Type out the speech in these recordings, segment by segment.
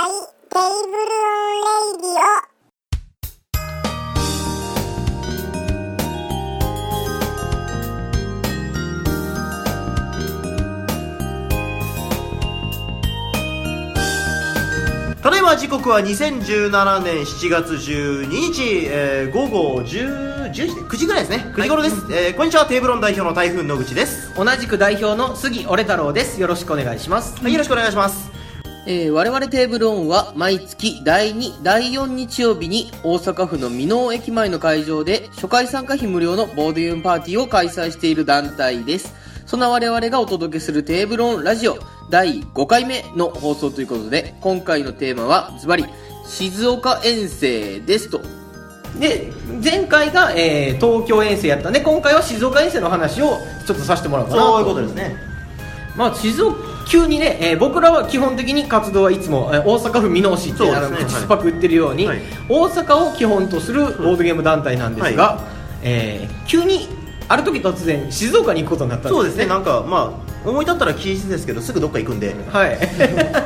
イブロンレイディオ。ただいま時刻は2017年7月12日、えー午後10 10時9時ぐらいですね9時頃です、えーこんにちはテーブロン代表の台風野口です、同じく代表の杉折太郎ですよろしくお願いします、はい、よろしくお願いしますえー我々テーブルオンは毎月第2第4日曜日に大阪府の箕面駅前の会場で初回参加費無料のボードゲームパーティーを開催している団体ですそんな我々がお届けするテーブルオンラジオ第5回目の放送ということで今回のテーマはズバリ静岡遠征ですとで前回が、えー東京遠征やったんで今回は静岡遠征の話をちょっとさせてもらおうかなそういうことですねまあ、静岡急にね、えー僕らは基本的に活動はいつも、えー大阪府箕面市って、そうであすのね口酸っぱく言ってるように、はい大阪を基本とするボードゲーム団体なんですが、えー急にある時突然静岡に行くことになったんそうでですすねねなんかまあ思い立ったら期日ですけどすぐどっか行くんではい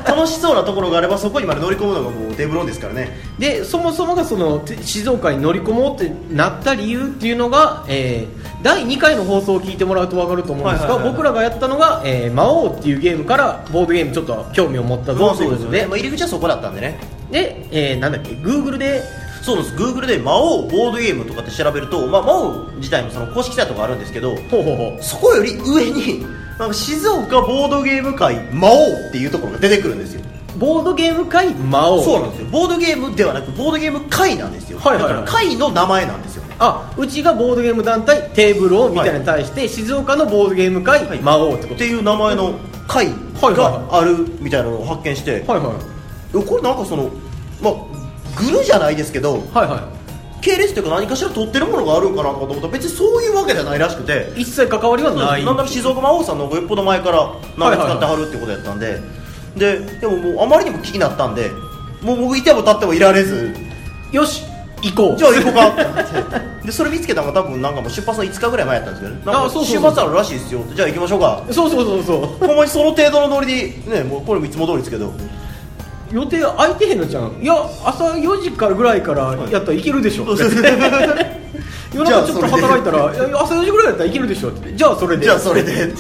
楽しそうなところがあればそこにまで乗り込むのがもうテーブロンですからね でそもそもがそのて静岡に乗り込もうってなった理由っていうのが、えー第2回の放送を聞いてもらうと分かると思うんですはいはいはが、いはい僕らがやったのが「えー魔王」っていうゲームからボードゲームちょっと興味を持ったぞということで,、まあ、入り口はそこだったんでねで、えーなんだっけ Google でそうなんです Google で魔王ボードゲームとかって調べると、まあ、魔王自体もその公式サイトがあるんですけどほうほうほうそこより上になんか静岡ボードゲーム界魔王っていうところが出てくるんですよボードゲーム界魔王そうなんですよボードゲームではなくボードゲーム界なんですよ、はいはいはいだから界の名前なんですよねあうちがボードゲーム団体テーブルオンみたいなのに対して、静岡のボードゲーム界、魔王ってっことていう名前の会はいがあるみたいなのを発見して、はいはいこれなんかそのまあグルじゃないですけどはいは系列というか何かしら取ってるものがあるんかなと思ったら別にそういうわけじゃないらしくてい一切関わりはないなんなら静岡魔王さんの方がよっぽど前から名前使ってはるってことやったんで、ででももうあまりにも気になったんでもう僕いても立ってもいられずよし行こうじゃあ行こうかってなってでそれ見つけたのが多分なんかもう出発の5日ぐらい前やったんですけどねなんかあそうそうそう出発あるらしいですよじゃあ行きましょうかそうそうそうそほんまにその程度のノリでねもうこれもいつも通りですけどう予定空いてへんのじゃんいや朝4時からぐらいからやったらいけるでしょ、そうそう夜中ちょっと働いたらいや朝4時ぐらいだったらいけるでしょってじゃあそれでじゃあそれで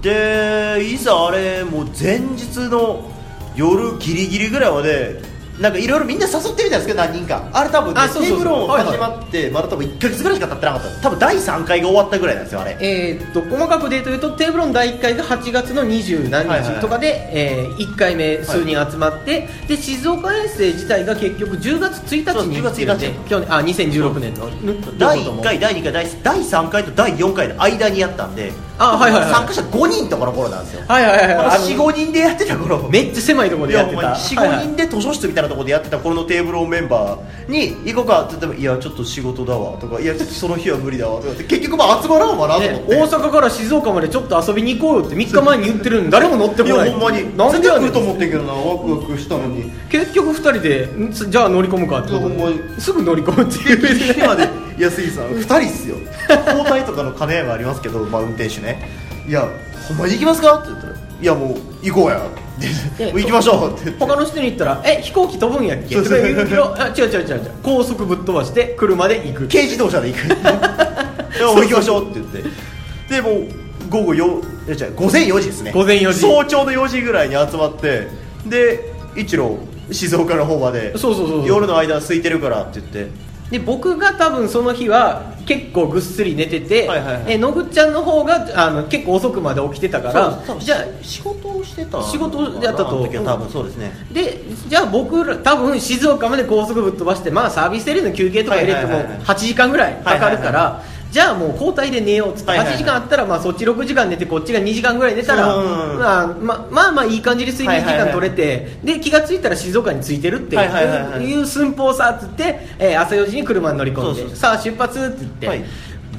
でいざあれもう前日の夜ギリギリぐらいまでなんかいろいろみんな誘ってみたんですけど何人かあれ多分ねあそうそうそうテーブルオンはいは始いまってまだ多分1か月ぐらいしか経ってなかった多分第3回が終わったぐらいなんですよあれえーっと細かくで言うとテーブルの第1回が8月の二十何はいはいはい日とかで、え1回目数人集まって、で静岡遠征自体が結局10月1日にそう10月1日行ってるんで去年あ2016年の第1回第2回第第3回と第4回の間にやったんであはいはいはい参加者5人とかの頃なんですよ、はいはいはいはいあの45人でやってた頃めっちゃ狭いところでやってたはいは45い人で図書室みたいなところでやってた頃のテーブルオンメンバーに「行こうか」って言っても「いやちょっと仕事だわ」とか「いやちょっとその日は無理だわ」とかって結局まあ集まらんわなと思ねっ、て、大阪から静岡までちょっと遊びに行こうよって3日前に言ってるのに誰も乗っていこないやほんまになん絶で対や来ねると思んってんけどなワクワクした のに結局2人でんじゃあ乗り込むかってことでいやほんますぐ乗り込むって結い局うまで安井さん2人っすよ交代とかの兼ね合いもありますけど、まあ、運転手ね「いやほんまに行きますか?」って言ったら「いやもう行こうや」って「でもう行きましょう」って言って他の人に言ったら「え飛行機飛ぶんやっけ?」そうとそかう 言うけどあ違う違う違う違う高速ぶっ飛ばして車で行く軽自動車で 行くいやもう行きましょうって言ってでもう午後よいや違う午前4時ですね午前4時早朝の4時ぐらいに集まってで一路静岡の方までそうそうそうそう夜の間空いてるからって言ってで僕が多分その日は結構ぐっすり寝てて、はいはいはいで野口ちゃんの方があの結構遅くまで起きてたからそう多分じゃあ仕事をしてた仕事をやったとあの時は多分そうですねでじゃあ僕ら多分静岡まで高速ぶっ飛ばしてまあサービスエリアの休憩とか入れてはいはもいはいはい8時間ぐらいかかるから、はじゃあもう交代で寝ようっつってはいはいはい8時間あったらまあそっち6時間寝てこっちが2時間ぐらい寝たらうんうんうんまあままあまあいい感じで睡眠時間取れて、で気が付いたら静岡に着いてるっていう,、はいはいはいはいいう寸法さっつって、えー朝4時に車に乗り込んでそうそうさあ出発って言って、はい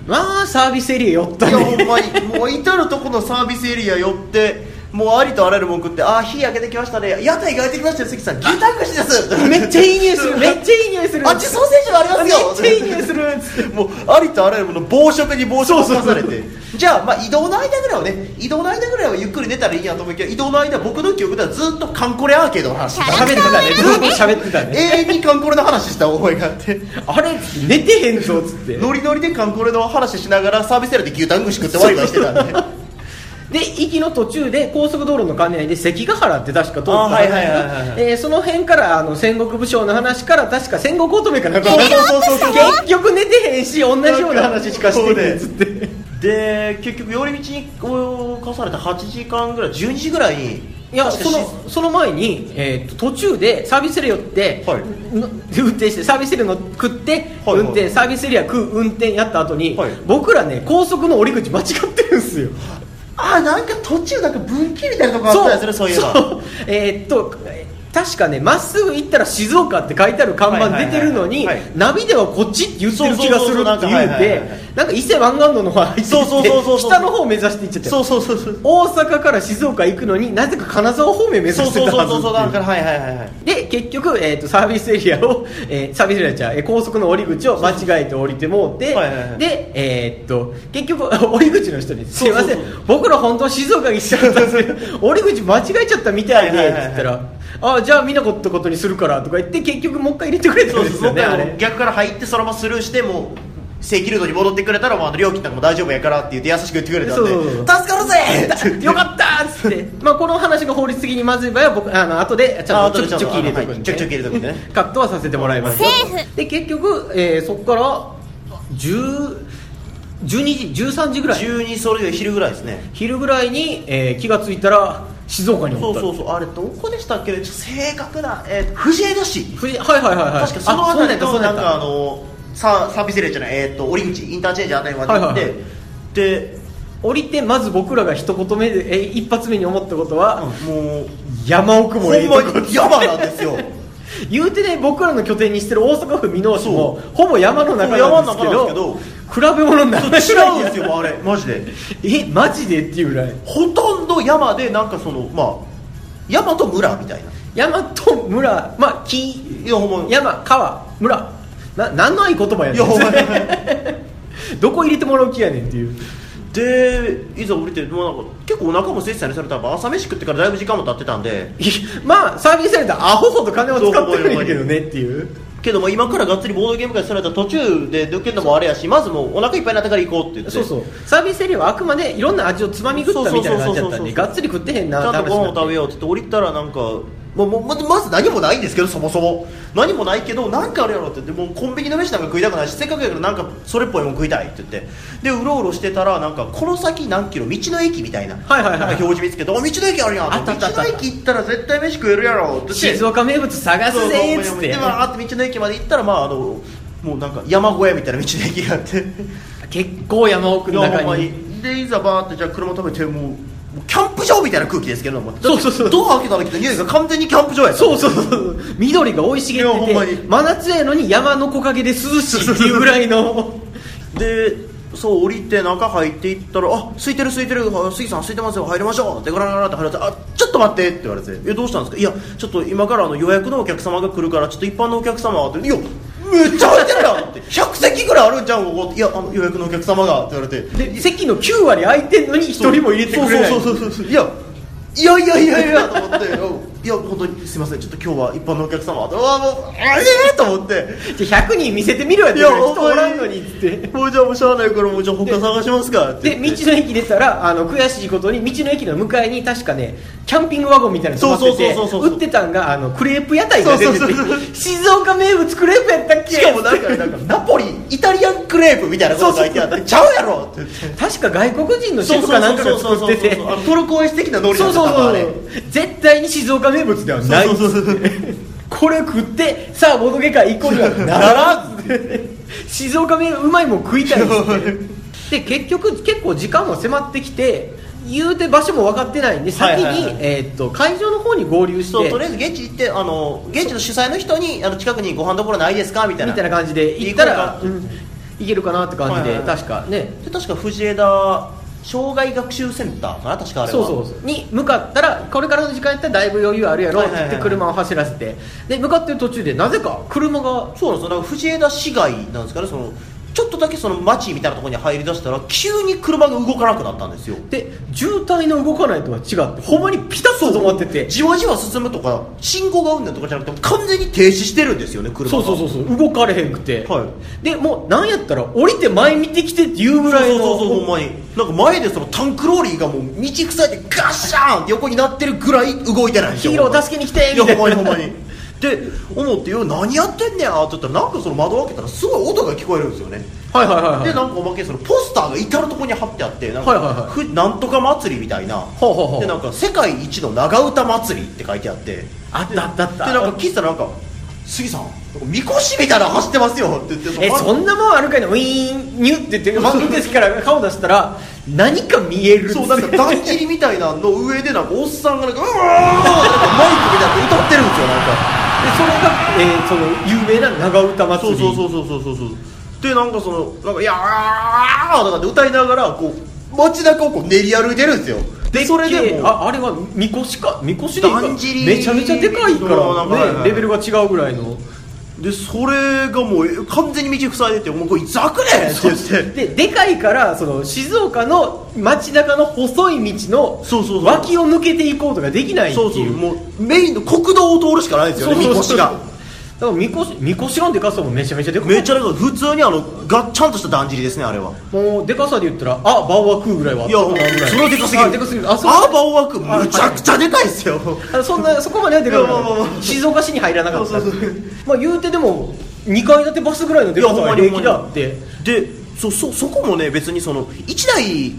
まあサービスエリア寄っいたやほねんまにもう至るとこのサービスエリア寄ってもうありとあらゆる文句ってああー火焼けてきましたね屋台が焼いてきましたよ関さん牛タン串ですめっちゃいい匂いするめっちゃいい匂いするあっちソーセージもありますよめっちゃいい匂いするもうありとあらゆるものを暴食に暴食をされて じゃあ、まあ、移動の間ぐらいはね移動の間ぐらいはゆっくり寝たらいいやと思うけど移動の間僕の記憶ではずっとカンコレアーケードの話して喋ってたねずっと喋ってたたね永遠にカンコレの話した覚えがあってあれ寝てへんぞっつってノリノリでカンコレの話しながらサービスエリアで牛タン串食ってワイワイしてたんでで行きの途中で高速道路の関内で関ヶ原って確か通ったあははいずはいはいなはいのにえーその辺からあの戦国武将の話から確か戦国乙女かなんかそうそうそうそう結局寝てへんし同じような話しかしてへんっつってで結局寄り道にかされた8時間ぐらい12時ぐらいにいや確かそのその前に、えーと途中でサービスエリア寄って、はいの運転してサービスエリアの食って、はいはい運転サービスエリア食う運転やった後に、はい僕らね高速の折り口間違ってるんですよあなんか途中なんか分岐みたいなとこあったやつねそういえばそうえーっと確かねまっすぐ行ったら静岡って書いてある看板出てるのに、はいはいはいはいナビではこっちって言ってる気がすそうそうそるってうそうなんかは言いうんはいはいではいなんか伊勢湾岸道の方入ってそうそうそうそっうてそう北の方を目指して行っちゃったよそうそうそうそう大阪から静岡行くのになぜか金沢方面目指そうしてそうたそはうずそっうていそうなんかはいはいはいはいで結局、えー、とサービスエリアを、えーサービスエリアじゃうえー高速の降り口を間違えて降りてもうてはいはいはいで、えーっと結局 降り口の人に「すいませんそうそう僕ら本当は静岡に来ちゃったんです よ降り口間違えちゃったみたいで」はいっはいはいはいつったら「あじゃあ見なかったことにするから」とか言って結局もう一回入れてくれたそんうでそうすそようねあれ逆から入ってそのままスルーしてもう正規ルートに戻ってくれたらもうあの料金なんかも大丈夫やからって言って優しく言ってくれたんでそうそうそう助かるぜって言って よかったっつって、まあ、この話が法律的にまずい場合は僕あの後でちゃんとあ後ちでょちきゃんちとょき入れとくあんので、はいちょきちょき入れとくんでねカットはさせてもらいますセーで結局、えーそこから10 12時13時ぐら い12それ以上昼ぐらいですね昼ぐらいに、えー気がついたら静岡におそっうたそうそうあれどこでしたっけねちょっと正確な、えー、藤枝市ふじはいはいはいはい確かその辺りあそとうだなっんたかあそうだっのササービスエリアじゃないえーっと折口インターチェンジあたりまで行って、はいはいはでた降りてまず僕らが一言目で、えー一発目に思ったことは、もう山奥ほもええんとこまに山なんです よ言うてね僕らの拠点にしてる大阪府箕面市もほぼ山の中なんですけそうど山の中なん比べ物にならない違うんですよあれマジでえマジでっていうぐらいほとんど山でなんかそのまあ山と村みたいな山と村まあ木いやほんまに山川村な何の合言葉やいやほんまねにん どこ入れてもらう気やねんっていうでいざ降りてもうなんか結構お腹も空いてたねそれ多分朝飯食ってからだいぶ時間も経ってたんでいまあサービスされたアホほど金を使ってるんやけどねっていうけども今からがっつりボードゲーム会されたら途中で抜けるのもあれやしまずもうお腹いっぱいになったから行こうって言ってそうそうサービスエリアはあくまでいろんな味をつまみ食ったみたいな感じだそうそうったんでそうそうそうがっつり食ってへんちなゃんとご飯を食べよようって言って降りたらなんかもうもうままず何もないんですけどそもそも何もないけど何かあるやろって言ってもうコンビニの飯なんか食いたくないしせっかくやからなんかそれっぽいもん食いたいって言ってでうろうろしてたらなんかこの先何キロ道の駅みたいな,、はいはいはいなんか表示見つけてお道の駅あるやんあったあったあった道の駅行ったら絶対飯食えるやろって言って静岡名物探そうそすうぜーっつっでてわーって道の駅まで行ったらまああのもうなんか山小屋みたいな道の駅があって結構山奥のいやほん中まににでいざバーってじゃあ車止めてもうもうキャンプ場みたいな空気ですけどもそうそうそうドア開けた時の匂いが完全にキャンプ場やったそうそうそう緑が生い茂いやほんまってにて真夏やのに山の木陰で涼しいっていうぐらいのでそう降りて中入っていったら「あ空いてる空いてるあ杉さん空いてますよ入りましょう」ってガラガラって入られて「あちょっと待って」って言われて「えどうしたんですか?」「いやちょっと今からあの予約のお客様が来るからちょっと一般のお客様は」って「いやめっちゃ入ってるやん」って「100席ぐらいあるんじゃんここ」って「いやあの予約のお客様が」って言われてで席の9割空いてんのに一人も入れてくれないそうそうそうそうそういやいやいやいやいやと思っていや本当にすいませんちょっと今日は一般のお客様とあもうあれと思ってじゃあ100人見せてみろやっいてや人おらんのにっつってもうじゃあもうしゃあないからもうじゃあ他探しますかってで道言っての駅出たらあの悔しいことに道の駅の向かいに確かねキャンピングワゴンみたいなの止まっててそうそうそうそうそう売ってたんがあのクレープ屋台が出てそうそうそうて静岡名物クレープやったっけしかもなんかなんかナポリイタリアンクレープみたいなこと書いてあってちゃうやろって言って確か外国人のシェフかなんかが作っててあのトルコエス的なノリそだうったそう多分あれそう絶対に静岡名物ではないそうそうそうこれ食ってさあボドゲ会行こう にはならん静岡名うまいもん食いたいっすねで結局結構時間も迫ってきて言うて場所も分かってないんでは先いに、はいはいえーっと会場の方に合流してそうとりあえず現地行ってあの現地の主催の人にあの近くにご飯どころないですかみたいなみたいな感じで行ったらうん行けるかなって感じはいではいはい確かねで確か藤枝障害学習センターかな確かあれはそうそうそうに向かったらこれからの時間やったらだいぶ余裕あるやろはっいはいはいてって車を走らせてで向かってる途中でなぜか車がそうなんですよなんか藤枝市街なんですかねそのちょっとだけその街みたいなところに入りだしたら急に車が動かなくなったんですよで渋滞の動かないとは違ってほんまにピタッと止まっててじわじわ進むとか信号がうんぬんとかじゃなくて完全に停止してるんですよね車がそうそうそうそう動かれへんくて、はでもうなんやったら降りて前見てきてっていうぐらいのそうそうそうほんまになんか前でそのタンクローリーがもう道塞いでガッシャーンって横になってるぐらい動いてないんですヒよーロー助けに来ていみやたいほんまにほんなまにで思って「よ何やってんねや」って言ったらなんかその窓開けたらすごい音が聞こえるんですよねはいはいはいはいでなんかおまけにそのポスターが至る所に貼ってあってなんか、はいはいはいふなんとか祭りみたいな、ほうほうほうでなんか「世界一の長唄祭り」って書いてあってあったあったあったでなんか聞いてたらなんか「杉さんみこしみたいなの走ってますよ」って言ってえのそんなもんあるかいなウィーンニュって言って窓口から顔出したら何か見えるそうなんかだんじりみたいなの上でなんかおっさんがなんか「うわー!」マイクみたいなの歌ってるんですよなんか。でそれが、えーその有名な長唄祭そうりそうそうそうそうそうそうでなんかそのなんか「いやー!」とかって歌いながらこう街中をこう練り歩いてるんですよでそれでもうああれはみこしかみこしでいいかだんじりめちゃめちゃでかいかそうなんかはいはら、ね、いレベルが違うぐらいのでそれがもうえ完全に道塞いでて「もうこれいつ 開くねん!」って言ってででかいからその静岡の街中の細い道のそうそうそう脇を抜けていこうとかできないっていそううそうもうメインの国道を通るしかないんですよねみこしがだからみこしみこしのでかさもめちゃめちゃでかいめっちゃなんか普通にあのがちゃんとしただんじりですねあれはもうでかさで言ったらあバオワクーぐらいはいやあったなぐらそれはでかすぎるあでかすぎるあそうあーバオワクむちゃくちゃでかいっすよあそんなそこまではでかくないいやまあまあまあ静岡市に入らなかったそうそうそうまあ言うてでも2階建てバスぐらいのでいやかさほんはまに平ほ気んまだにってでそそそこもね別にその1台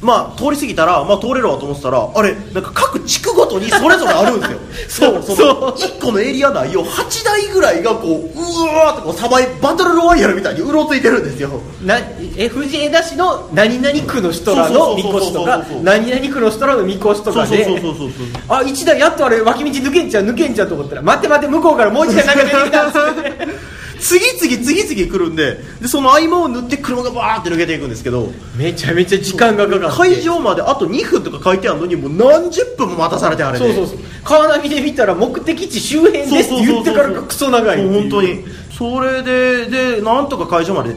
まあ通り過ぎたらまあ通れるわと思ってたらあれなんか各地区ごとにそれぞれあるんですよ そうの1個のエリア内を8台ぐらいがこううわーってこうサバイバトルロワイヤルみたいにうろついてるんですよなえ藤枝市の何々区の人らのそうみそうそこうそうしそとうか何々区の人らのみこしとかでそうそうそうそうそうあ一台やっとあれ脇道抜けんちゃう抜けんちゃうと思ったら待って待って向こうからもう一台投げてきたっつって次々次々来るんででその合間を縫って車がバーって抜けていくんですけどめちゃめちゃ時間がかかって会場まであと2分とか書いてあるのにもう何十分も待たされてあれでそうそうそう川波で見たら目的地周辺ですそうってそうそう言ってからがクソ長いっていそうう本当にそれででなんとか会場まで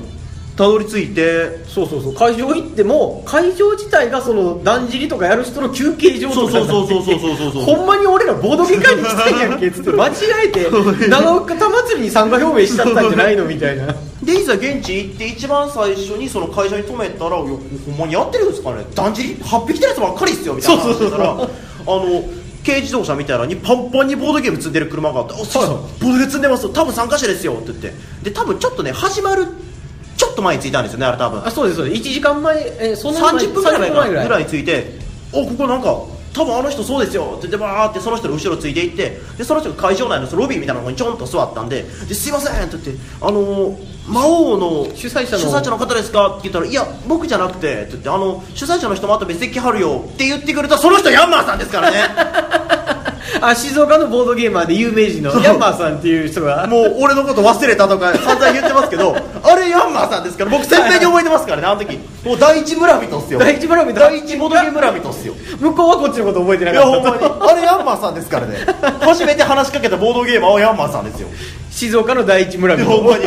たどり着いてそうそうそう会場行っても会場自体がそのだんじりとかやる人の休憩場とかになってそうそうそうそうそうそうそうほんまに俺らボードゲ会に来たんやんけ っつって間違えて長岡田祭りに参加表明しちゃったんじゃないのみたいなでいざ現地行って一番最初にその会社に泊めたら「いやほんまにやってるんですかねだんじり8匹のやつばっかりっすよ」みたいな話したらあの軽自動車みたいなのにパンパンにボードゲーム積んでる車があって「おっ、そうそうはいボードゲーム積んでますよ多分参加者ですよ」って言ってで多分ちょっとね始まるちょっと前に着いたんですよね あれ多分あそうですそうです1時間前、えーそんな30分ぐらい前かな30ぐ分らいついて「おここなんか多分あの人そうですよ」って言ってバーってその人の後ろついていってでその人が会場内のそのロビーみたいなとこにちょんと座ったんで「ですいません」って言って「あのー魔王の主催者の方ですか?」って言ったら「いや僕じゃなくて」って言って「あの主催者の人もあと別で来はるよ」って言ってくれたその人ヤンマーさんですからね あ静岡のボードゲーマーで有名人のそうヤンマーさんっていう人がもう俺のこと忘れたとか散々言ってますけどあれヤンマーさんですから僕鮮明に覚えてますからねあの時もう第一村人っすよ 第一村人第一ボドゲ村人っすよ向こうはこっちのこと覚えてないかやったほんまにあれヤンマーさんですからね初めて話しかけたボードゲーマーはヤンマーさんですよ静岡の第一村いやほん人まに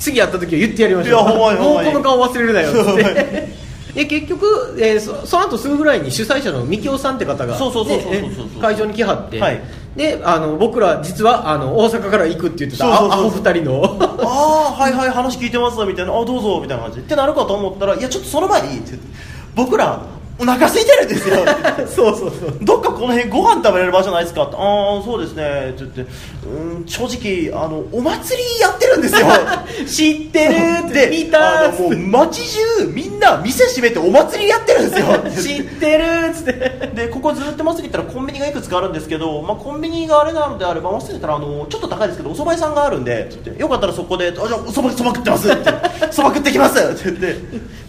次会った時は言ってやりましょいうやほんまにほんまにもうこの顔忘れるなよっつ っほんまにてで結局、えーそその後すぐぐらいに主催者のみきおさんって方がそうそうそうそうねそうそうそう会場に来はって、はいであの僕ら実はあの大阪から行くって言ってたそうそうそうあアホ二人の ああはいはい話聞いてますみたいなあどうぞみたいな感じでってなるかと思ったらいやちょっとその前にって言って僕らお腹空いてるんですよって言って そうそうそうどっかこの辺ご飯食べれる場所ないですかってああそうですねって言ってうん正直あのお祭りやってるんですよ 知ってるって見たあのもう街中みんな店閉めてお祭りやってるんですよって言って知ってるっつってでここずっとまっすぐ行ったらコンビニがいくつかあるんですけど、まあ、コンビニがあれなのであればまっすぐ行ったらあのちょっと高いですけどお蕎麦屋さんがあるんでって言ってよかったらそこであじゃあお蕎麦そば食ってますってそば食ってきますって言っ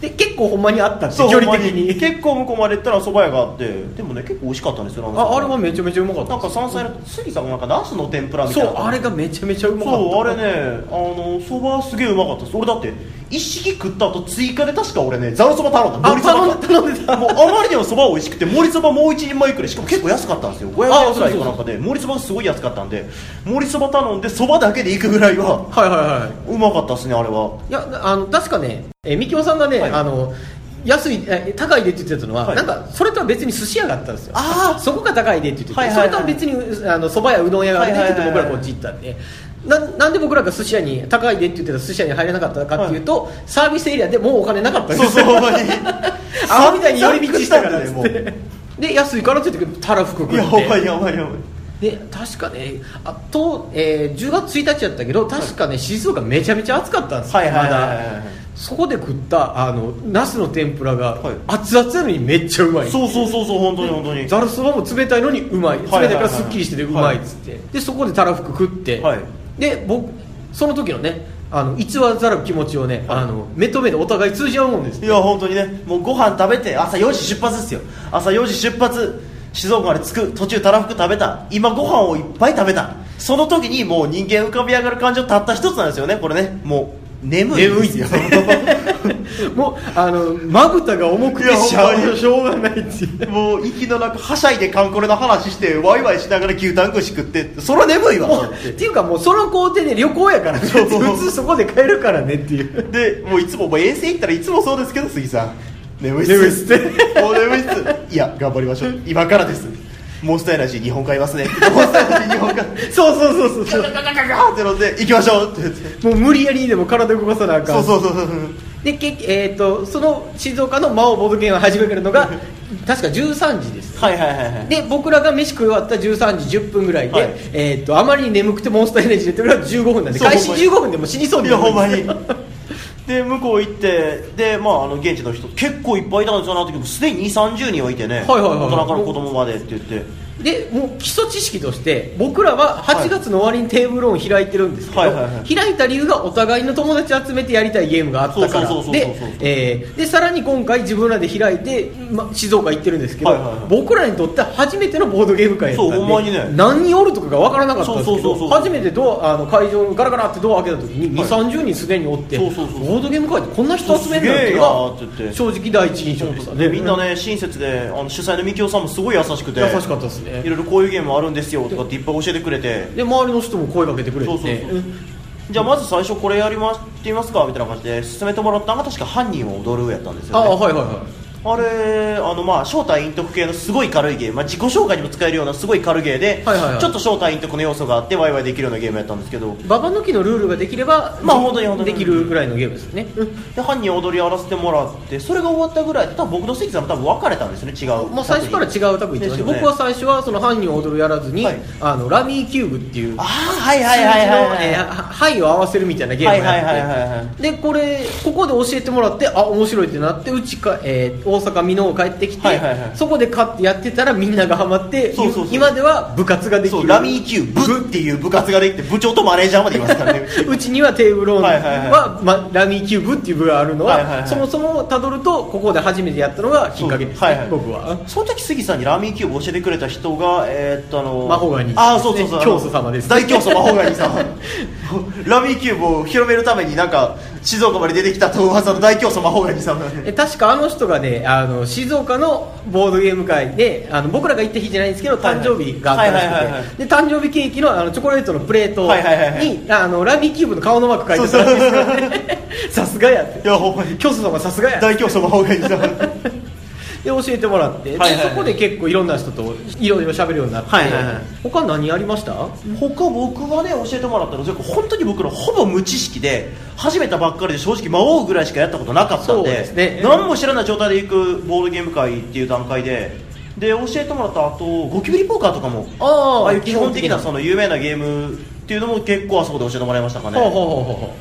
て で結構ほんまにあったんですそよう距離的ほんまに結構向こうまで行ったら蕎麦屋があってでもね結構美味しかったんですよなんかああれはめちゃめちゃうまかったなんか山菜の杉さんがなんかナスの天ぷらみたそいうなあれがめちゃめちゃうまかったそうあれねあのそばすげえうまかったです俺だって一式食った後追加で確か俺ねざるそば頼んだあ盛りそば頼んで頼んでたもうあまりにもそば美味しくて盛りそばもう一人前くらいしかも結構安かったんですよ500円くらいかなんかで盛りそばがすごい安かったんで盛りそば頼んでそばだけで行くぐらいははいはいはいうまかったですねあれはいやあの確かねえーみきおさんがね、はいあの安いえー高いでって言ってたのは、はいなんかそれとは別に寿司屋があったんですよあーそこが高いでって言ってて、はいはいはいそれとは別にあの蕎麦屋うどん屋があってって言ってはい僕はいらはいこっち行ったんで、ななんで僕らが寿司屋に高いでって言ってた寿司屋に入れなかったかっていうと、サービスエリアでもうお金なかったんですそうよそうほんまに アホみたいに寄り道したからですもっうてで安いからって言ってたらふく食ってやばいやばいやばいで確かねあと、えー10月1日やったけど確かね、静岡めちゃめちゃ暑かったんですよ、はいはいはいはいはいまだそこで食ったあのナスの天ぷらが、はい熱々なのにめっちゃうまいそうそうそうそう本当に本当にざるそばも冷たいのにうまい冷はいはいはいたいからすっきりしててうまいっつって、でそこでたらふく食って、はいで僕その時のねあの一話ざる気持ちをね、はいあの目と目でお互い通じ合うもんですいや本当にねもうご飯食べて朝4時出発ですよ朝4時出発静岡まで着く途中たらふく食べた今ご飯をいっぱい食べたその時にもう人間浮かび上がる感情たった一つなんですよねこれねもう眠いんですよ もうあのまぶたが重くいてやしほんまょうにしょうがないっていうもう息の中はしゃいでカンコレの話してワイワイしながら牛タン串食ってそら眠いわもうっってていうかもうその工程で旅行やからねそうそう普通そこで帰るからねっていうでもういつももう遠征行ったらいつもそうですけど杉さん眠いっす眠いっすってもう眠いっすいや頑張りましょう今からですもうスタイラし日本買いますねもうスタイラし日本買いそうそうそうそうガガガガガってので行きましょうって言ってもう無理やりにでも体動かさなあかんそうそうそうそうでけ、えー、とその静岡の魔王ボドゲンを始めるのが 確か13時ですはいはいはいはいで僕らが飯食い終わった13時10分ぐらいで、はいえー、とあまりに眠くてモンスターエナジー出てるから15分なんでそう開始ほんまに15分でもう死にそういにやなるほんまにですよ で向こう行ってでまああの現地の人結構いっぱいいたんですよなってすでに2 3 0人はいてね、いはいはいはい大人から子供までって言ってでもう基礎知識として僕らは8月の終わりにテーブルオン開いてるんですけど、はいはいはい開いた理由がお互いの友達集めてやりたいゲームがあったからそうそうそうそうそうでそうそうえーでさらに今回自分らで開いて、ま、静岡行ってるんですけど、はいはいはい僕らにとっては初めてのボードゲーム会やったんでそうほんまにね何人おるとかが分からなかったんですけどそうそうそうそう初めてドアあの会場のガラガラってドア開けた時に2 3 0人すでにおって、そうそうそうボードゲーム会ってこんな人集めるんだっていそうすげえうやーっての言っがて正直第一印象でしたねでみんなね親切であの主催のみきおさんもすごい優しくて優しかったですねいろいろこういうゲームあるんですよとかっていっぱい教えてくれてで周りの人も声かけてくれてそうそうそうじゃあまず最初これやりまってみますかみたいな感じで進めてもらったのが確か犯人を踊るやったんですよ、ね、ああはいはいはいあれあのまあ正体隠匿系のすごい軽いゲーム、まあ、自己紹介にも使えるようなすごい軽いゲーで、はいはいはいちょっと正体隠匿の要素があってワイワイできるようなゲームやったんですけどババ抜きのルールができればまあ本当に本当にできるぐらいのゲームですね、で犯人を踊りやらせてもらってそれが終わったぐらいで多分僕と関さんも多分別れたんですよね違うまあ、最初から違うタグ行ってまでしすたよね僕は最初はその犯人を踊るやらずに、はいあのラミーキューブっていうああはいはいはいはいはいえー牌を合わせるみたいなゲームをやって、はいはいはいはいはでこれここで教えてもらってあ面白いってなってうちか、えー大阪箕面帰ってきて、はいはいはいそこで勝ってやってたらみんながハマってそうそうそう今では部活ができそうるラミー級部っていう部活ができて部長とマネージャーまでいますからね うちにはテーブルオンは,、はいはいはいま、ラミーキューブっていう部があるのは,、はいはいはいそもそもたどるとここで初めてやったのがきっかけです、ねはいはい僕はその時杉さんにラーメンキューブを教えてくれた人がえー、っとあのマホガニああそうそうそう教祖様です大教祖マホガニさん ラーメンキューブを広めるためになんか静岡まで出てきたと噂の大教祖マホガ ニさんがねえ確かあの人がねあの静岡のボードゲーム会であの僕らが行った日じゃないんですけどはいは誕い生日があったらしくて、はいはいはいはいで誕生日ケーキのあのチョコレートのプレートに、はいはいはいはいあのラミーキューブの顔のマーク書いてたらしいですからね さすがやっていやほんまに教祖様さすがやで大教祖マホガニさん教えてもらって、はいはいはいでそこで結構いろんな人といろいろ喋るようになって、はいはいはい他何やりました他僕がね教えてもらったのは本当に僕らほぼ無知識で始めたばっかりで正直魔王ぐらいしかやったことなかったそんうでですね何も知らない状態で行くボードゲーム会っていう段階でで教えてもらった後ゴキブリポーカーとかもああああいう基本的な基その有名なゲームっていうのも結構あそこで教えてもらいましたかねほうほうほうほうほう